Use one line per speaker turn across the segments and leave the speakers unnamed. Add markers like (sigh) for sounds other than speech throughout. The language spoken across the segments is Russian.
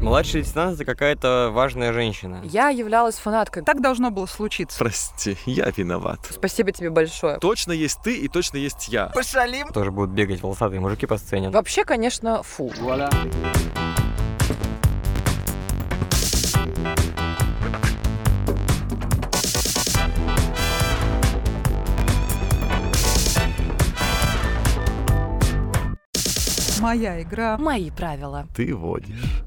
Младший лейтенант это какая-то важная женщина.
Я являлась фанаткой.
Так должно было случиться.
Прости, я виноват.
Спасибо тебе большое.
Точно есть ты и точно есть я.
Пошалим.
Тоже будут бегать волосатые мужики по сцене.
Вообще, конечно, фу.
Моя игра.
Мои правила.
Ты водишь.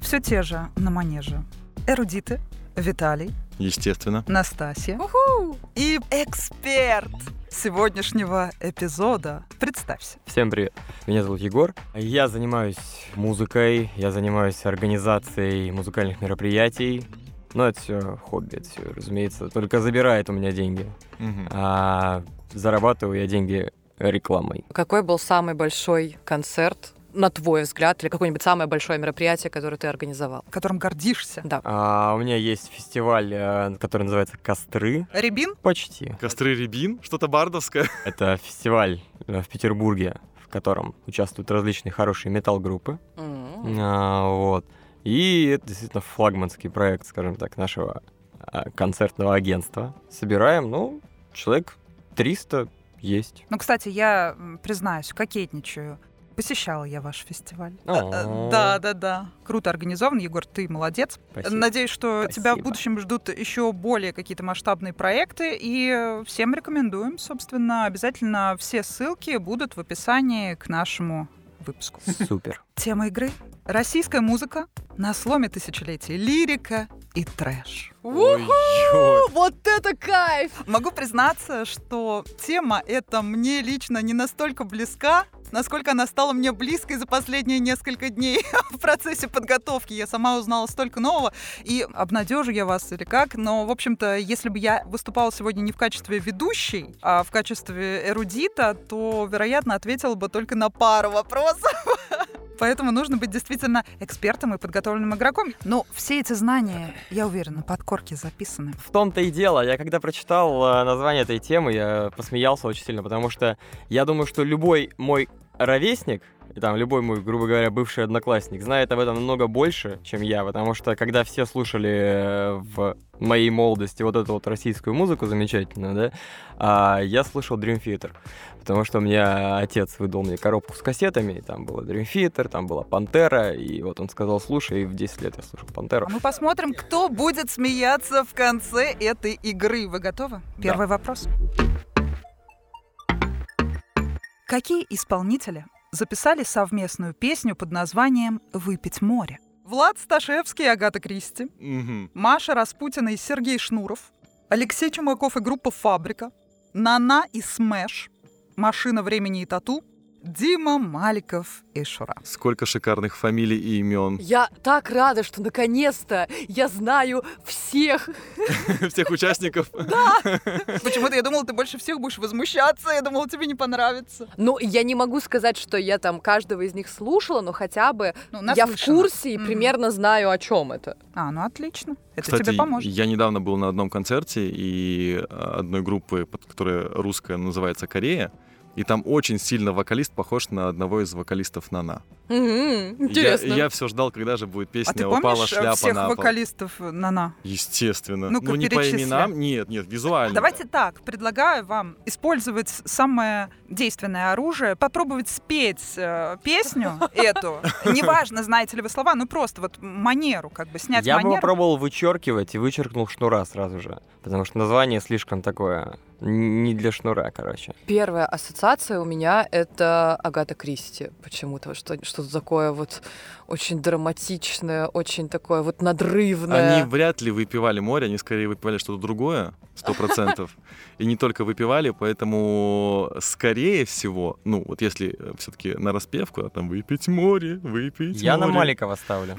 Все те же на манеже. Эрудиты, Виталий,
Естественно.
Настасья
Уху!
и эксперт сегодняшнего эпизода. Представься.
Всем привет. Меня зовут Егор. Я занимаюсь музыкой, я занимаюсь организацией музыкальных мероприятий. Но это все хобби, это все, разумеется. Только забирает у меня деньги.
Мгм.
А зарабатываю я деньги рекламой.
Какой был самый большой концерт, на твой взгляд, или какое-нибудь самое большое мероприятие, которое ты организовал?
которым гордишься.
Да.
А, у меня есть фестиваль, э, который называется «Костры».
Рябин?
Почти.
Костры рябин? Что-то бардовское?
(laughs)
Это фестиваль э, в Петербурге, в котором участвуют различные хорошие метал-группы.
М.
А, вот. И это действительно флагманский проект, скажем так, нашего а, концертного агентства. Собираем, ну, человек 300 есть.
Ну, кстати, я м, признаюсь, кокетничаю. Посещала я ваш фестиваль. Э,
О,
Да, да, да. Круто организован, Егор, ты молодец.
спасибо.
Надеюсь, что тебя в
Спасибо.
будущем ждут еще более какие-то масштабные проекты. И э, всем рекомендуем, собственно, обязательно все ссылки будут в описании к нашему выпуску.
Супер.
Тема игры — российская музыка на сломе тысячелетий, лирика и трэш.
Ой-ой.
Вот это кайф!
Могу признаться, что тема эта мне лично не настолько близка, насколько она стала мне близкой за последние несколько дней (laughs) в процессе подготовки. Я сама узнала столько нового, и обнадежу я вас или как, но, в общем-то, если бы я выступала сегодня не в качестве ведущей, а в качестве эрудита, то, вероятно, ответила бы только на пару вопросов. (laughs) Поэтому нужно быть действительно экспертом и подготовленным игроком. Но все эти знания, я уверена, на подкорке записаны.
В том-то и дело, я когда прочитал э, название этой темы, я посмеялся очень сильно, потому что я думаю, что любой мой ровесник, и там любой мой, грубо говоря, бывший одноклассник, знает об этом намного больше, чем я, потому что когда все слушали э, в моей молодости вот эту вот российскую музыку замечательную, да, а, я слушал Dream Theater, потому что у меня отец выдал мне коробку с кассетами, и там было Dream Theater, там была Пантера, и вот он сказал, слушай, и в 10 лет я слушал Пантеру.
А мы посмотрим, кто будет смеяться в конце этой игры. Вы готовы?
Да.
Первый вопрос. Какие исполнители записали совместную песню под названием «Выпить море»? Влад Сташевский и Агата Кристи,
Мгм.
Маша Распутина и Сергей Шнуров, Алексей Чумаков и группа «Фабрика», Нана и Смэш, Машина времени и тату, Дима Маликов и Шура.
Сколько шикарных фамилий и имен.
Я так рада, что наконец-то я знаю всех.
(laughs) Всех
(laughs)
участников.
Почему-то я думала, ты больше всех будешь возмущаться, я думала, тебе не понравится.
Ну, я не могу сказать, что я там каждого из них слушала, но хотя бы
Ну,
я в
наслышана.
курсе и
Мгм.
примерно знаю, о чем это.
А, ну отлично. Это
Кстати,
тебе поможет.
я недавно был на одном концерте и э, одной группы, под- которая русская называется «Корея», и там очень сильно вокалист похож на одного из вокалистов Нана.
Мгм,
Я-
Интересно.
Я, все ждал, когда же будет
А ты
песня «Упала
помнишь э,
шляпа
всех
на пол».
вокалистов э, Нана?
Естественно.
Ну-ка,
ну не по
перечисли.
именам, нет, нет, визуально.
Давайте так, предлагаю вам использовать самое действенное оружие, попробовать спеть э,
(laughs)
песню эту. Неважно, знаете ли вы слова, ну просто вот манеру, как бы снять
Я бы
манеру.
попробовал вычеркивать и вычеркнул шнура сразу же. Потому что название слишком такое. н- Не для шнура, короче.
Первая ассоциация у меня это Агата Кристи почему-то. Что, что-то такое вот очень драматичное, очень такое вот надрывное.
Они вряд ли выпивали море, они скорее выпивали что-то другое, сто процентов. И не только выпивали, поэтому, скорее всего, ну, вот если все-таки на распевку, а там выпить море, выпить
Я на
море».
Маликова
(laughs)
ставлю.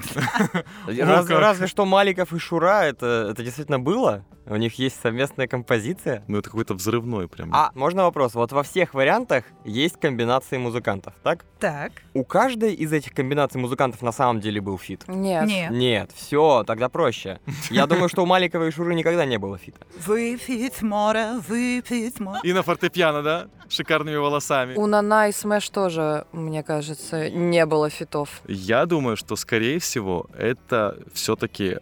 Раз-
как.
Разве что Маликов и Шура, это это действительно было. У них есть совместная композиция.
Ну, это какой-то взрывной прям.
А можно вопрос? Вот во всех вариантах есть комбинации музыкантов, так?
Так,
У каждой из этих комбинаций музыкантов на самом деле был фит.
Нет.
нет.
Нет, все, тогда проще. Я думаю, что у Маликова и Шуры никогда не было фита.
Выпить море, выпить море.
И на фортепиано, да? шикарными волосами.
У Нана и Смэш тоже, мне кажется, не было фитов.
Я думаю, что, скорее всего, это все-таки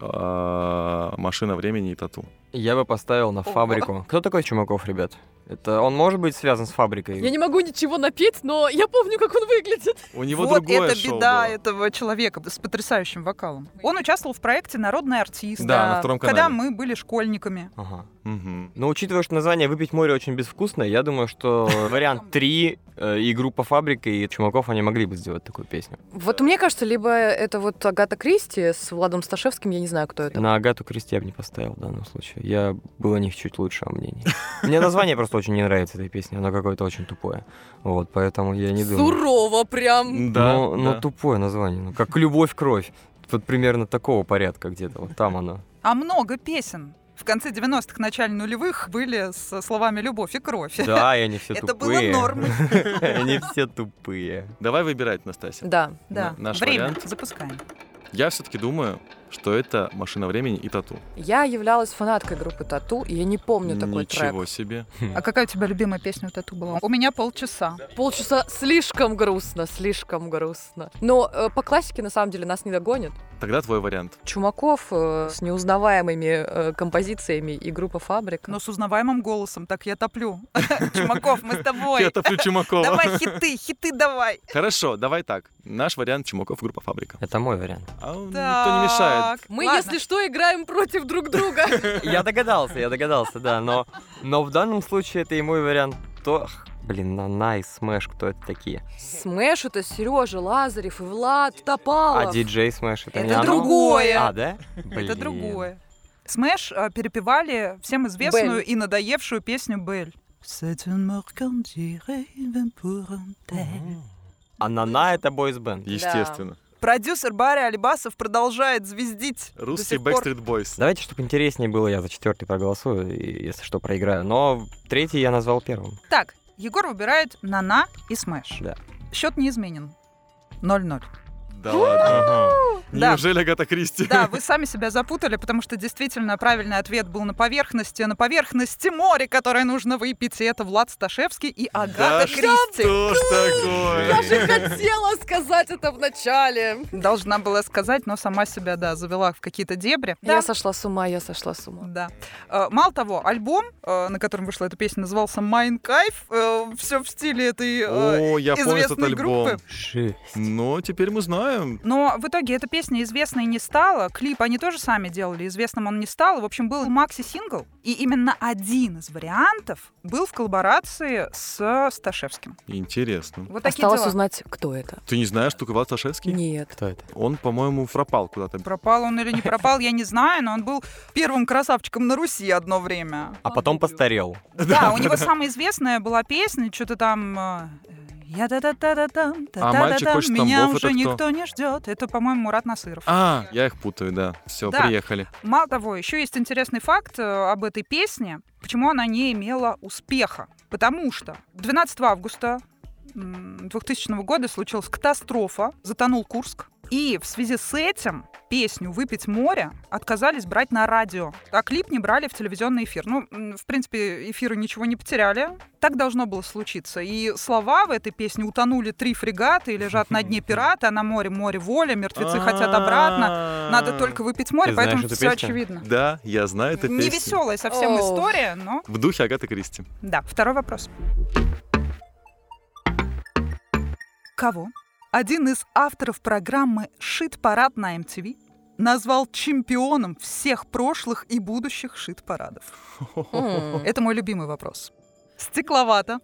машина времени и тату.
Я бы поставил на
Ого.
фабрику. Кто такой Чумаков, ребят? Это он может быть связан с фабрикой?
Я не могу ничего напеть, но я помню, как он выглядит.
У него
вот
другое
это
шоу
беда
было.
этого человека с потрясающим вокалом. Он участвовал в проекте «Народный артист»,
Да, на втором
когда
канале.
мы были школьниками.
Ага. (laughs)
Мгм.
Но учитывая, что название «Выпить море» очень безвкусное, я думаю,
(laughs)
что вариант 3 и группа «Фабрика» и Чумаков, они могли бы сделать такую песню.
Вот мне кажется, либо это вот Агата Кристи с Владом Сташевским, я не знаю, кто это.
На Агату Кристи я бы не поставил в данном случае. Я был о них чуть лучше о мнении. Мне название просто очень не нравится этой песни, оно какое-то очень тупое. Вот, поэтому я не думаю.
Сурово прям.
Да,
но, но
да.
тупое название, ну, как «Любовь-кровь». Вот примерно такого порядка где-то, вот там
(laughs)
оно.
А много песен в конце 90-х, начале нулевых были со словами «любовь» и «кровь».
Да, и они все
Это было
тупые.
(laughs)
нормой.
(laughs) Они все тупые.
Давай выбирать, Настасья.
Да.
Да,
На- наш
время,
вариант.
запускаем.
Я все-таки думаю, что это машина времени и тату.
Я являлась фанаткой группы Тату, и я не помню такой
Ничего
трек.
себе.
А какая у тебя любимая песня у Тату была? У меня полчаса.
Полчаса слишком грустно, слишком грустно. Но э, по классике, на самом деле, нас не догонят.
Тогда твой вариант.
Чумаков э, с неузнаваемыми э, композициями и группа «Фабрика».
Но Ну, с узнаваемым голосом, так я топлю. (laughs) Чумаков, мы с
Я
тобой.
топлю Чумакова.
Давай хиты, хиты давай.
Хорошо, давай так. Наш вариант Чумаков, группа Фабрика.
Это мой вариант.
А он- никто не
Так,
мешает.
Мы,
ладно.
если что, играем против друг
(laughs)
друга.
Я догадался, я догадался, да, но, но в данном случае это и мой вариант. То, Ах, блин, Нана и Смэш, кто это такие?
Смэш это Сережа Лазарев и Влад Топалов.
А диджей Смэш это, не
Это
оно?
другое.
А, да?
Это
Блин.
другое. Смэш э, перепевали всем известную и надоевшую песню Бель.
А Нана это бойс бенд.
Естественно.
Продюсер Барри Алибасов продолжает звездить. до
Русский
сих пор.
Backstreet Boys.
Давайте, чтобы интереснее было, я за четвертый проголосую, и, если что, проиграю. Но третий я назвал первым.
Так, Егор выбирает Нана и Смэш.
Да.
Счет не изменен. 0-0.
Да ладно.
Да.
Неужели Агата Кристи?
Да,
(laughs)
(laughs) вы сами себя запутали, потому что действительно правильный ответ был на поверхности. На поверхности море, которое нужно выпить. И это Влад Сташевский и Агата
Да
Кристи.
Что ж
Я же
такое?
хотела сказать это вначале.
Должна была сказать, но сама себя, да, завела в какие-то дебри.
Я сошла с ума, я сошла с ума.
Да. Э, Мало того, альбом, э, на котором вышла эта песня, назывался «Майн кайф». Все в стиле этой... э,
О, я понял этот
известной
альбом.
группы.
Шесть.
Но теперь мы знаем.
Но в итоге эта песня известной не стала. Клип они тоже сами делали, известным он не стал. В общем, был макси-сингл. И именно один из вариантов был в коллаборации с Сташевским.
Интересно.
Вот такие
Осталось
дела.
узнать, кто это.
Ты не знаешь, что Влад Сашевский?
Нет.
Кто это?
Он, по-моему, пропал куда-то.
Пропал он или не пропал, я не знаю, но он был первым красавчиком на Руси одно время.
А потом постарел.
Да, у него самая известная была песня, что-то там... э, Я да да да да там
А «Мальчик хочет
меня
тамбов»
уже
это кто?
никто не ждет. Это, по-моему, Мурат Насыров.
А, я их путаю, да. Все,
Да.
приехали.
Мало того, еще есть интересный факт э, об этой песне, почему она не имела успеха. Потому что 12 августа м, 2000 года случилась катастрофа, затонул Курск. И в связи с этим песню «Выпить море» отказались брать на радио, а клип не брали в телевизионный эфир. Ну, м, в принципе, эфиры ничего не потеряли. Так должно было случиться. И слова в этой песне «Утонули три фрегаты» и «Лежат на дне пираты», а на море море воля, мертвецы
А,
хотят обратно. Надо только выпить море,
Ты знаешь
поэтому
эту
все
песню?
очевидно.
Да, я знаю эту
Не
песню.
веселая совсем
Ох.
история, но
В духе Агаты Кристи.
да. Второй вопрос. Кого? Один из авторов программы «Шит-парад» на MTV назвал чемпионом всех прошлых и будущих шит-парадов.
М.
Это мой любимый вопрос. Стекловато,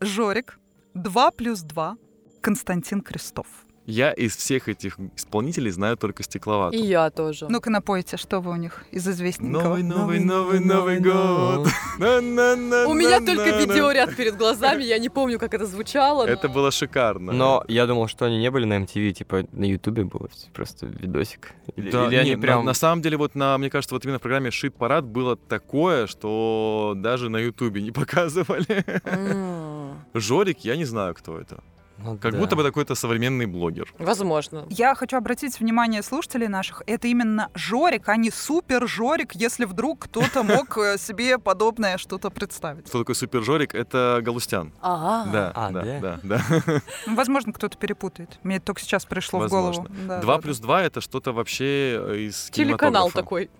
Жорик, 2 плюс 2, Константин Крестов.
Я из всех этих исполнителей знаю только
И
стекловату.
я тоже.
Ну-ка напойте, что вы у них из известненького.
Ну,
Новый, новый, новый, новый год.
У
У
меня только видеоряд перед глазами, я не помню, как это звучало. но-
Это было шикарно.
Но я думал, что они не были на MTV, типа на Ютубе было просто видосик. Или,
Да,
или
не,
они
на-
прям...
на, самом деле, вот на, мне кажется, вот именно в программе Шит Парад было такое, что даже на Ютубе не (laughs) показывали.
М.
Жорик, я не знаю, кто это.
Ну
Как
да.
будто бы какой-то современный блогер.
Возможно.
Я хочу обратить внимание слушателей наших. Это именно Жорик, а не супер Жорик, если вдруг кто-то мог э, себе подобное что-то представить.
Что такое супер Жорик? Это Галустян.
Ага.
Да,
А,
да,
да?
да, да.
Ну, Возможно, кто-то перепутает. Мне это только сейчас пришло в
Возможно.
голову. Да,
Два
да,
плюс два это что-то вообще из
Телеканал
кинематографа.
такой.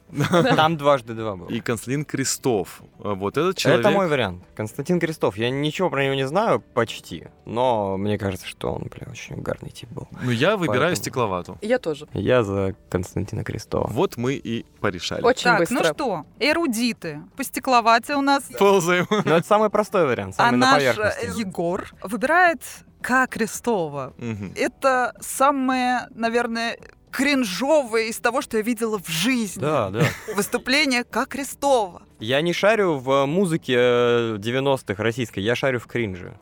Там дважды два было.
И Константин Крестов. А Вот этот человек.
Это мой вариант. Константин Крестов. Я ничего про него не знаю почти, но мне кажется, что он, бля, очень угарный тип был.
Ну, я выбираю
Поэтому.
стекловату.
Я тоже.
Я за Константина Крестова.
Вот мы и порешали.
Очень
так,
быстро.
ну что, эрудиты. По стекловате у нас.
Ползаем.
Но это самый простой вариант,
А
самый на
наш э,
поверхности.
Егор выбирает К. Крестова.
Мгм.
Это самое, наверное, кринжовое из того, что я видела в жизни.
Да, да.
Выступление К. Крестова.
Я не шарю в музыке э, 90-х российской, я шарю в кринже.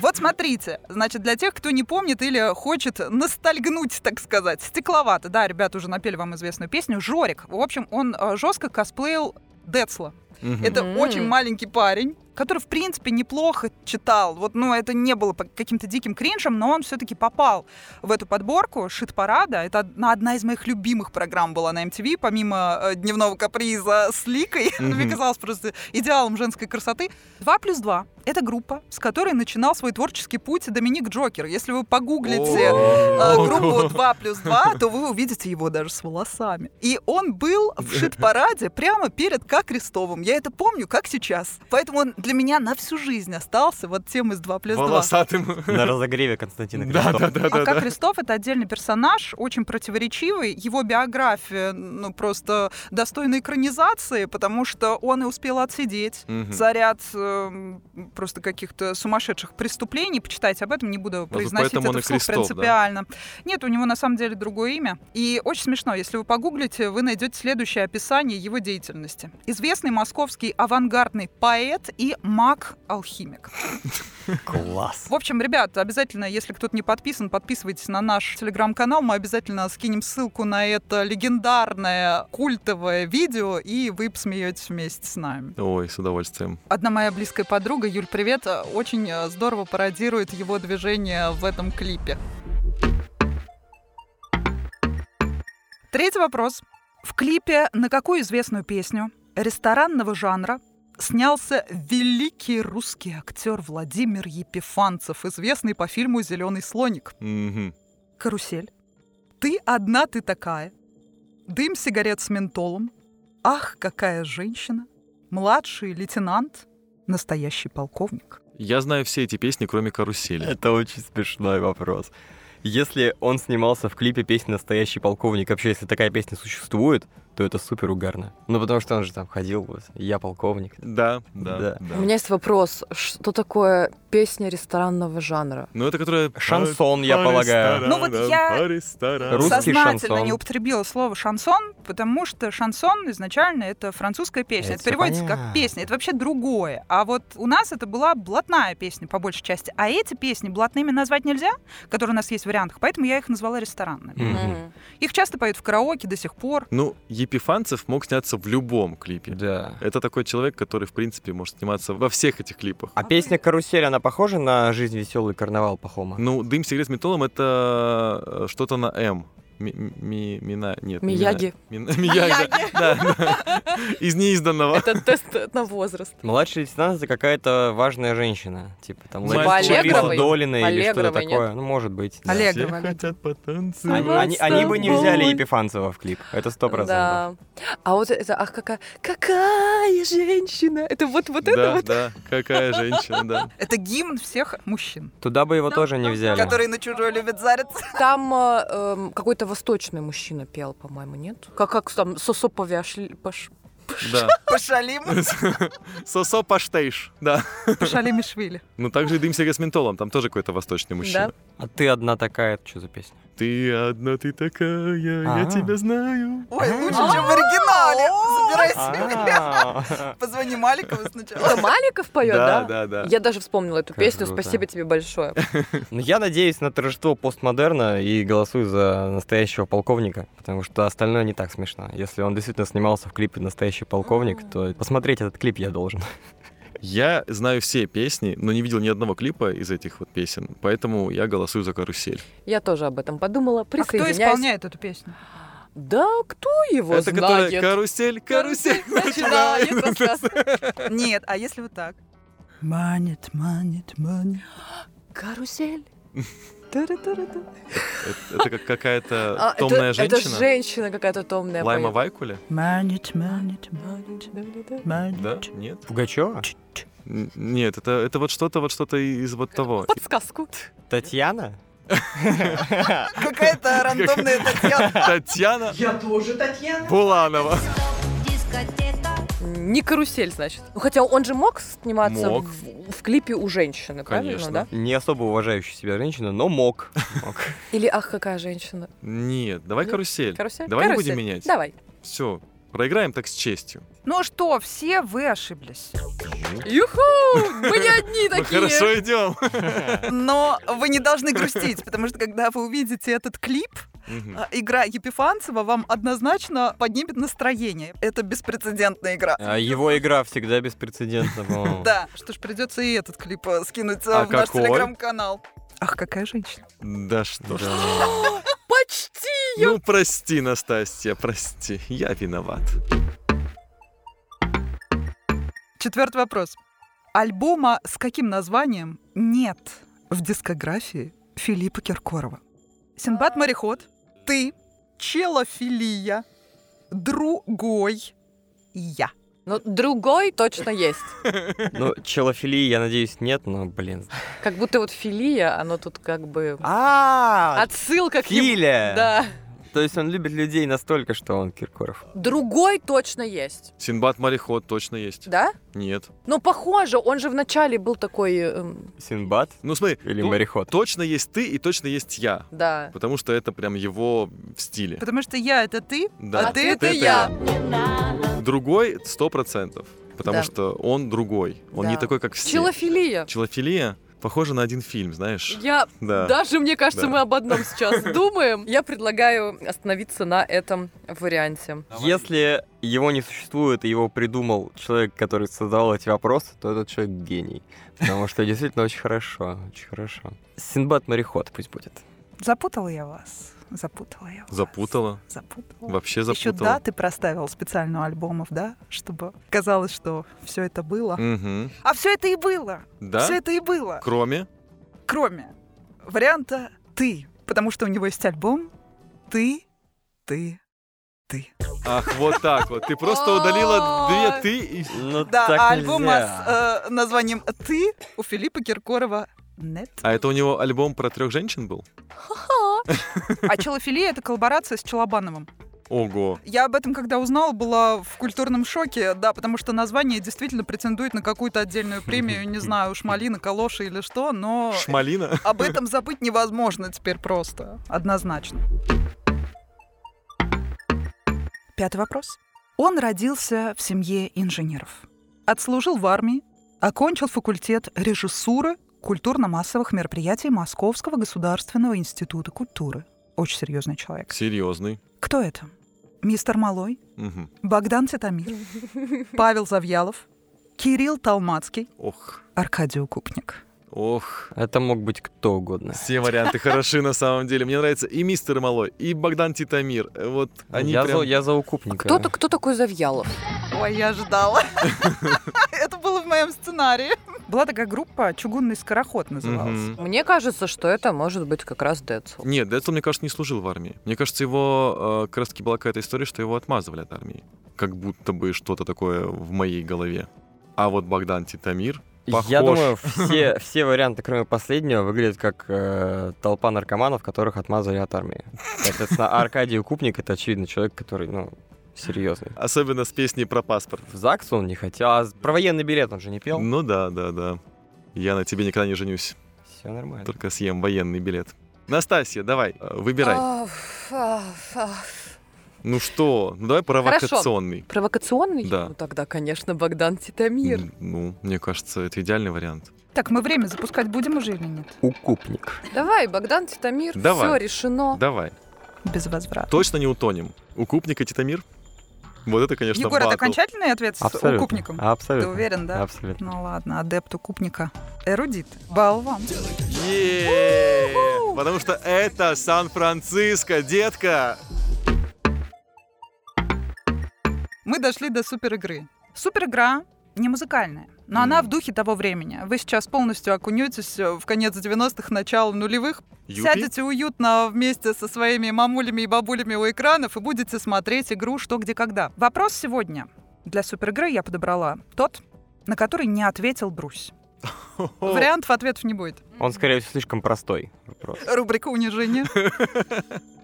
Вот смотрите, значит, для тех, кто не помнит или хочет ностальгнуть, так сказать, стекловато. Да, ребята уже напели вам известную песню. Жорик. В общем, он э, жестко косплеил Децла.
Мгм.
Это
М.
очень маленький парень, который, в принципе, неплохо читал. Вот, ну, это не было по- каким-то диким кринжем, но он все-таки попал в эту подборку «Шит-парада». Это одна, одна из моих любимых программ была на MTV, помимо э, «Дневного каприза» с Ликой. (laughs) Она мне
Мгм.
казалась просто идеалом женской красоты. «Два плюс два» — это группа, с которой начинал свой творческий путь Доминик Джокер. Если вы погуглите э,
Ого. (laughs)
группу 2 плюс 2, то вы увидите его даже с волосами. И он был в шит-параде прямо перед К. Крестовым. Я это помню, как сейчас. Поэтому он для меня на всю жизнь остался вот тем из 2 плюс 2.
Волосатым. (laughs)
На разогреве Константина
Да,
Крестова.
да, да,
А
да.
К.
да.
Крестов это отдельный персонаж, очень противоречивый. Его биография, ну, просто достойна экранизации, потому что он и успел отсидеть
Мгм.
за ряд эм, просто каких-то сумасшедших преступлений. Почитайте об этом, не буду
тут
произносить
Ну, поэтому он
это
и
вслух
Крестов, да?
принципиально. Нет, у него на самом деле другое имя. И очень смешно, если вы погуглите, вы найдете следующее описание его деятельности. Известный московский авангардный поэт и маг-алхимик.
Класс.
В общем, ребят, обязательно, если кто-то не подписан, подписывайтесь на наш телеграм-канал. Мы обязательно скинем ссылку на это легендарное культовое видео, и вы посмеетесь вместе с нами.
Ой, с удовольствием.
Одна моя близкая подруга, Юль, привет, э, очень э, здорово пародирует его движение в этом клипе. Третий вопрос. В клипе на какую известную песню ресторанного жанра снялся великий русский актер Владимир Епифанцев, известный по фильму «Зеленый слоник»?
Мгм.
Карусель. Ты одна ты такая. Дым сигарет с ментолом. Ах, какая женщина. Младший лейтенант. Настоящий полковник.
Я знаю все эти песни, кроме «Карусели».
Это очень смешной вопрос. Если он снимался в клипе песни «Настоящий полковник», вообще, если такая песня существует, то это супер угарно. Ну, потому что он же там ходил, вот, «Я полковник».
Да, да,
Да.
да.
У меня есть вопрос, что такое песня ресторанного жанра?
Ну, это которая...
Шансон, я полагаю.
Ну, вот я-
Русский
Сознательно
шансон.
не употребила слово шансон, потому что шансон изначально это французская
Это
песня. Это,
всё
переводится как
понятно.
песня, это вообще другое. А вот у нас это была блатная песня по большей части. А эти песни блатными назвать нельзя, которые у нас есть в вариантах, поэтому я их назвала ресторанными.
Мгм.
Их часто поют в караоке до сих пор.
Ну, Епифанцев мог сняться в любом клипе.
Да.
Это такой человек, который, в принципе, может сниматься во всех этих клипах.
А песня «Карусель», она похожа на «Жизнь веселый карнавал» Пахома?
Ну, дым сигарет с метолом это э, что-то на М. Ми- ми- мина, нет. не
Мияги.
мина. Мин- Мияги, да, да, да. Из неизданного.
(laughs)
Это тест на возраст.
Младший лейтенант это какая-то важная женщина. Типа там
Типа
Лариса
Аллегровой?
Долина или что-то
Аллегровой, нет?
такое. Ну, может быть. да.
Олег.
Все
Аллегрова.
хотят
Они,
потанцевать.
они- они бы не
с тобой.
взяли Епифанцева в клип. Это сто процентов.
Да. А вот это, ах, какая, какая женщина. Это вот, вот это
Да,
вот.
да, какая женщина,
(laughs)
да.
Это гимн всех мужчин,
Туда бы его тоже не взяли.
которые на чужой любят зариться. (laughs)
Там э, эм, какой-то восточный мужчина пел, по-моему, нет? Как, как там сосо повяшли, паш-
Да.
Пошалим.
Сосо паштейш, да.
Пошалим и швили.
Ну, также и дым сигарет с ментолом, там тоже какой-то восточный мужчина.
А ты одна такая, это что за песня?
Ты одна, ты такая, я
А.
тебя знаю.
Ой, лучше, чем в оригинале. Забирай себе.
А.
Позвони Маликову
Это
сначала.
Маликов поет, да?
да, да.
Я даже вспомнила эту
Как
песню.
круто.
Спасибо тебе большое.
Ну, я надеюсь на торжество постмодерна и голосую за настоящего полковника, потому что остальное не так смешно. Если он действительно снимался в клипе «Настоящий полковник», то посмотреть этот клип я должен.
Я знаю все песни, но не видел ни одного клипа из этих вот песен, поэтому я голосую за «Карусель».
Я тоже об этом подумала.
А кто
Присоединяюсь.
исполняет эту песню?
Да, кто его
Это которая
знает?
«Карусель, карусель».
Начинает
(laughs)
рассказ.
Нет, а если вот так? Манит, манит, манит.
Карусель.
Это, это как
А,
какая-то
это-
томная женщина.
Это женщина какая-то томная.
Лайма
поет.
Вайкуля?
Манит, манит, манит,
Да?
манит.
Нет?
Пугачева?
Н- Нет, это, это вот что-то, вот что-то из вот того.
Подсказку.
Татьяна?
Какая-то рандомная Татьяна.
Татьяна. Я тоже Татьяна. Буланова.
Не карусель, значит. Ну, Хотя он же мог сниматься
Мог.
В, в клипе у женщины, правильно,
Конечно.
да?
Не особо уважающая себя женщина, но мог. Мог.
Или ах, какая женщина.
Нет, давай
Ну,
карусель.
Карусель?
Давай не
Карусель.
будем менять.
Давай.
Все, проиграем так с честью.
Ну что, все вы ошиблись.
Юху! Мы не одни
Ну
такие.
хорошо, идем.
Но вы не должны грустить, потому что когда вы увидите этот клип, а, игра Епифанцева вам однозначно поднимет настроение. Это беспрецедентная игра.
А Его игра всегда беспрецедентна, по-моему.
(laughs) Да, что ж, придется и этот клип э, скинуть э,
А
в наш
какой?
телеграм-канал. Ах, какая женщина.
Да что ж.
Почти!
Ну прости, Настасья, прости. Я виноват.
Четвертый вопрос. Альбома с каким названием нет в дискографии Филиппа Киркорова? Синбад мореход, ты, Челофилия, другой и я.
Но другой точно есть.
Ну, челофилии, я надеюсь, нет, но, блин.
Как будто вот филия, оно тут как бы...
А,
Отсылка к ним.
Филя!
Да.
То есть он любит людей настолько, что он Киркоров.
Другой точно есть.
Синбад мореход точно есть.
Да?
Нет.
Но похоже, он же вначале был такой... эм,
Синбад
Ну смотри,
или
ну,
мореход?
точно есть ты и точно есть я.
да.
Потому что это прям его в стиле.
Потому что я это ты,
Да.
а ты это
это
я.
Другой сто процентов. Потому
Да.
что он другой. Он не
Да.
такой, как все.
Пчелофилия.
Пчелофилия похожа на один фильм, знаешь?
Я...
Да.
Даже, мне кажется,
Да.
мы об одном сейчас
(laughs)
думаем. Я предлагаю остановиться на этом варианте.
Если его не существует и его придумал человек, который создавал эти вопросы, то этот человек гений. Потому что действительно очень хорошо, очень хорошо. Синбад мореход пусть будет.
Запутала я вас. Запутала я вас.
Запутала.
Запутала.
Вообще
Еще
запутала.
даты проставил специально альбомов, да, чтобы казалось, что все это было.
Мгм.
А все это и было.
Да?
Все это и было.
Кроме?
Кроме варианта ты. Потому что у него есть альбом ты, ты, ты.
Ах, вот так вот. Ты просто удалила две ты и...
Ну,
Да,
так
а альбома
нельзя.
с э, названием ты у Филиппа Киркорова нет.
А это у него альбом про трех женщин был?
А Челофилия это коллаборация с Челобановым.
Ого.
Я об этом, когда узнала, была в культурном шоке, да, потому что название действительно претендует на какую-то отдельную премию, не знаю, уж малина, калоши или что, но
Шмалина?
об этом забыть невозможно теперь просто, однозначно. Пятый вопрос. Он родился в семье инженеров. Отслужил в армии, окончил факультет режиссуры культурно-массовых мероприятий Московского государственного института культуры. Очень серьезный человек.
Серьезный.
Кто это? Мистер Малой,
Мгм.
Богдан Титамир, Павел Завьялов, Кирилл Талмацкий,
Ох.
Аркадий Укупник.
Ох.
Это мог быть кто угодно.
Все варианты хороши на самом деле. Мне нравится и мистер Малой, и Богдан Титамир. Э, Вот они
Ну, я,
прям...
за, я э, за укупника.
А Кто, то кто такой Завьялов?
Ой, я ждала. (laughs) Это было в моем сценарии. Была такая группа «Чугунный скороход» называлась.
Мгм.
Мне кажется, что это может быть как раз Дэдсел.
Нет, Децл, мне кажется, не служил в армии. Мне кажется, его э, как раз таки была какая-то история, что его отмазывали от армии. Как будто бы что-то такое в моей голове. А вот Богдан Титамир похож.
Я думаю, (laughs) все, все варианты, кроме последнего, выглядят как э, толпа наркоманов, которых отмазали от армии. Соответственно, Аркадий Укупник — это, очевидно, человек, который, ну, серьезный.
Особенно с песней про паспорт.
В ЗАГС он не хотел, а про военный билет он же не пел.
Ну да, да, да. Я на тебе никогда не женюсь,
Все нормально.
только съем военный билет. Настасья, давай, э, выбирай.
А, ф- а, ф- а.
Ну что, ну давай провокационный.
Провокационный?
Да.
Ну тогда, конечно, Богдан Титамир.
М, Ну, мне кажется, это идеальный вариант.
Так, мы время запускать будем уже или нет?
Укупник.
Давай, Богдан Титамир,
Давай.
все решено.
Давай.
Без возврата.
Точно не утонем. Укупник и Титамир? Вот это, конечно,
Егор, а это
батл. А
окончательный ответ с укупником? Ты
Абсолютно.
уверен, да?
Абсолютно.
Ну ладно, адепт укупника. Эрудит. Балл вам.
Е-е-е! Потому что это Сан-Франциско, детка!
Мы дошли до супер игры. Супер игра не музыкальная, но она в духе того времени. Вы сейчас полностью окунетесь в конец 90-х, начало нулевых.
Юпи?
Сядете уютно вместе со своими мамулями и бабулями у экранов и будете смотреть игру «Что, где, когда». Вопрос сегодня для супер игры я подобрала тот, на который не ответил Брусь.
О,
Вариантов ответов не будет.
Он, скорее всего, слишком простой вопрос.
Рубрика унижения.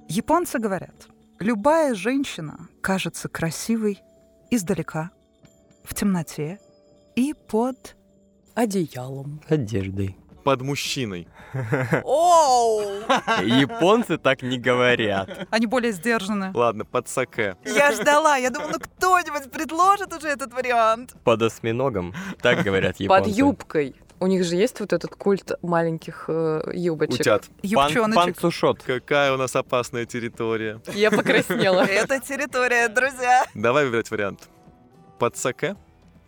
Японцы говорят, любая женщина кажется красивой издалека, в темноте и под...
Одеялом.
Одеждой.
Под мужчиной.
Оу!
Японцы так не говорят.
(laughs) Они более сдержаны.
Ладно, под саке.
Я ждала, я думала, ну кто-нибудь предложит уже этот вариант.
Под осьминогом. Так говорят
Под
японцы.
юбкой. У них же есть вот этот культ маленьких э, юбочек.
Утят.
Пан,
Юбчоночек.
панцушот.
Какая у нас опасная территория.
Я
(laughs)
(laughs)
покраснела.
Это территория, друзья.
Давай выбирать вариант. Под саке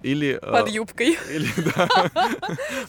или... э,
Под юбкой.
Или, (laughs) да.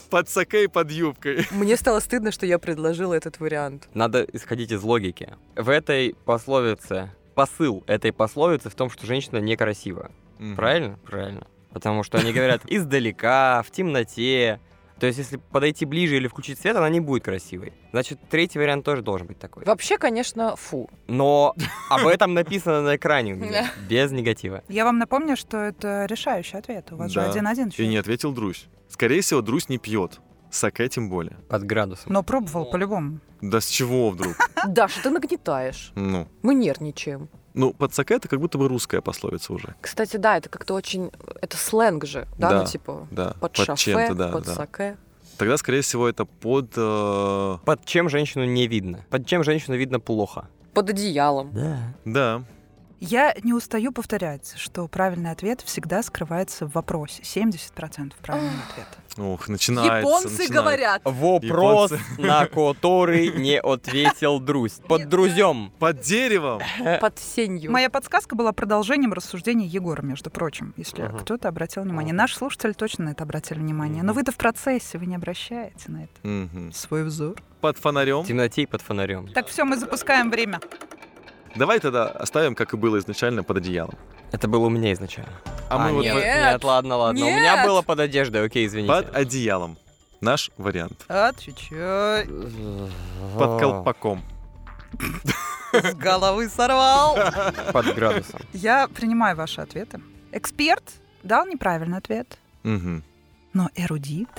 Под саке и под юбкой.
Мне стало стыдно, что я предложила этот вариант.
Надо исходить из логики. В этой пословице, посыл этой пословицы в том, что женщина некрасива.
Мгм.
Правильно? Правильно. Потому что они говорят издалека, в темноте. То есть, если подойти ближе или включить свет, она не будет красивой. Значит, третий вариант тоже должен быть такой.
Вообще, конечно, фу.
Но
(laughs)
об этом написано на экране у меня. Без негатива.
Я вам напомню, что это решающий ответ. У вас же
Да.
один-один
И
счет.
не ответил Друзь. Скорее всего, Друзь не пьет. Саке тем более.
Под градусом.
Но пробовал по-любому.
Да с чего
(laughs)
вдруг?
Даша, ты нагнетаешь.
Ну,
Мы нервничаем.
ну под саке это как будто бы русская пословица уже.
Кстати, да, это как-то очень... Это сленг же, да?
Да.
Ну, типа,
Да,
под, шафе,
чем-то, да,
под
да.
саке.
Тогда, скорее всего, это под... э,
Под чем женщину не видно? Под чем женщину видно плохо?
Под одеялом.
Да.
Да.
Я не устаю повторять, что правильный ответ всегда скрывается в вопросе. 70% правильного ответа.
Ох, начинается.
Японцы
начинается.
говорят.
Вопрос, на который не ответил Друзь. Под друзем.
Под деревом.
Под сенью.
Моя подсказка была продолжением рассуждений Егора, между прочим, если
Ага.
кто-то обратил внимание.
Ага.
Наш слушатель точно на это обратил внимание. Но
Мгм.
вы-то в процессе, вы не обращаете на это
Мгм.
свой взор.
Под фонарем.
В темноте и под фонарем.
Так, все, мы запускаем время.
Давай тогда оставим, как и было изначально, под одеялом.
Это было у меня изначально.
А, мы вот
нет.
мы-
Нет.
Нет, ладно, ладно. У меня
Нет.
было под одеждой, окей, извините.
под одеялом. Наш вариант.
Отвечай.
Под колпаком.
С головы сорвал.
Под градусом.
Я принимаю ваши ответы. Эксперт дал неправильный ответ,
Мгм.
но эрудит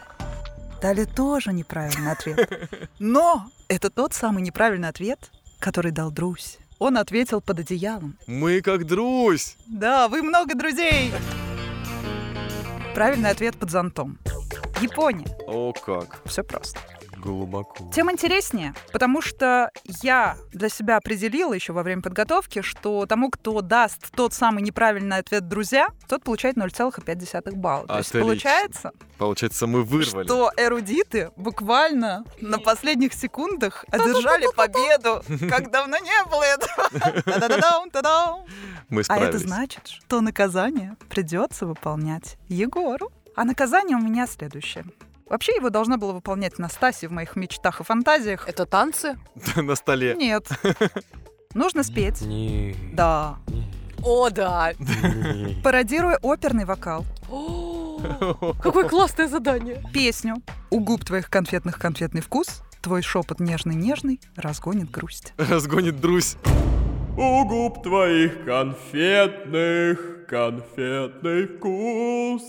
дали тоже неправильный ответ. Но это тот самый неправильный ответ, который дал Друсь. Он ответил под одеялом.
Мы как друзь.
Да, вы много друзей! Правильный ответ под зонтом. Япония.
О, как.
Все просто.
Глубоко.
Тем интереснее, потому что я для себя определила еще во время подготовки, что тому, кто даст тот самый неправильный ответ друзья, тот получает 0,5 балла. То есть
Отлично.
получается,
Получается, мы вырвали.
что эрудиты буквально на последних секундах одержали победу, как давно не было этого. Та-да-да-дам, та-дам.
Мы
А
справились.
это значит, что наказание придется выполнять Егору. А наказание у меня следующее. Вообще его должна была выполнять Настасья в моих мечтах и фантазиях.
Это танцы?
(laughs) На столе.
Нет. Нужно спеть.
Не.
Да.
О, да.
не.
Пародируя оперный вокал,
О, Какое классное задание.
песню «У губ твоих конфетных конфетный вкус, твой шепот нежный-нежный разгонит грусть».
Разгонит друзь.
У губ твоих конфетных, конфетный вкус.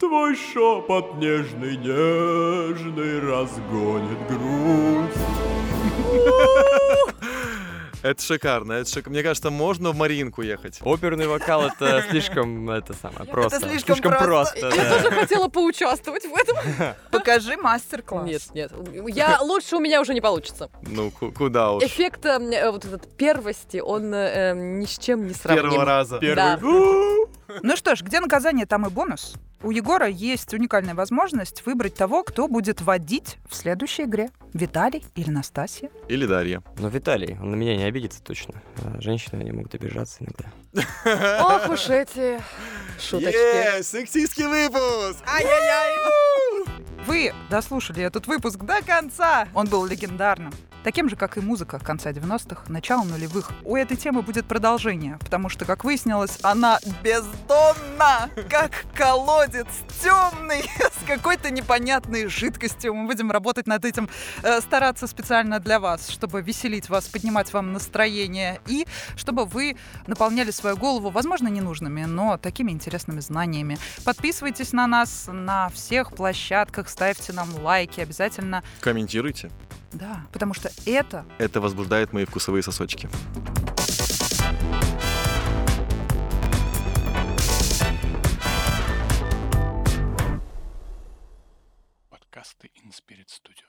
Твой шепот нежный-нежный разгонит грусть.
Это шикарно. Это шик- Мне кажется, можно в Маринку ехать.
Оперный вокал это слишком это самое просто.
слишком
просто. да.
Тоже хотела поучаствовать в этом.
Покажи мастер-класс.
Нет, нет. (laughs) Я лучше у меня уже не получится.
Ну, ку- куда уж.
Эффект эм, э, м, э, вот этот первости, он э, э, ни с эм, чем не сравним.
Первого раза.
Да.
Ну что ж, где наказание, там и бонус. У Егора есть уникальная возможность выбрать того, кто будет водить в следующей игре. Виталий или Настасья?
Или Дарья.
Но Виталий, он на меня не обидится точно. А Женщины, они могут обижаться иногда.
Ох
(laughs)
уж эти шуточки.
Е, сексистский выпуск!
А. Вы дослушали этот выпуск до конца. Он был легендарным. Таким же, как и музыка конца 90-х, начала нулевых. У этой темы будет продолжение, потому что, как выяснилось, она бездонна, как колодец темный (laughs) с какой-то непонятной жидкостью. Мы будем работать над этим, э, стараться специально для вас, чтобы веселить вас, поднимать вам настроение и чтобы вы наполняли свою голову, возможно, ненужными, но такими интересными знаниями. Подписывайтесь на нас на всех площадках, ставьте нам лайки обязательно.
Комментируйте.
Да, потому что это
Это возбуждает мои вкусовые сосочки.
Подкасты InSpirit Studio.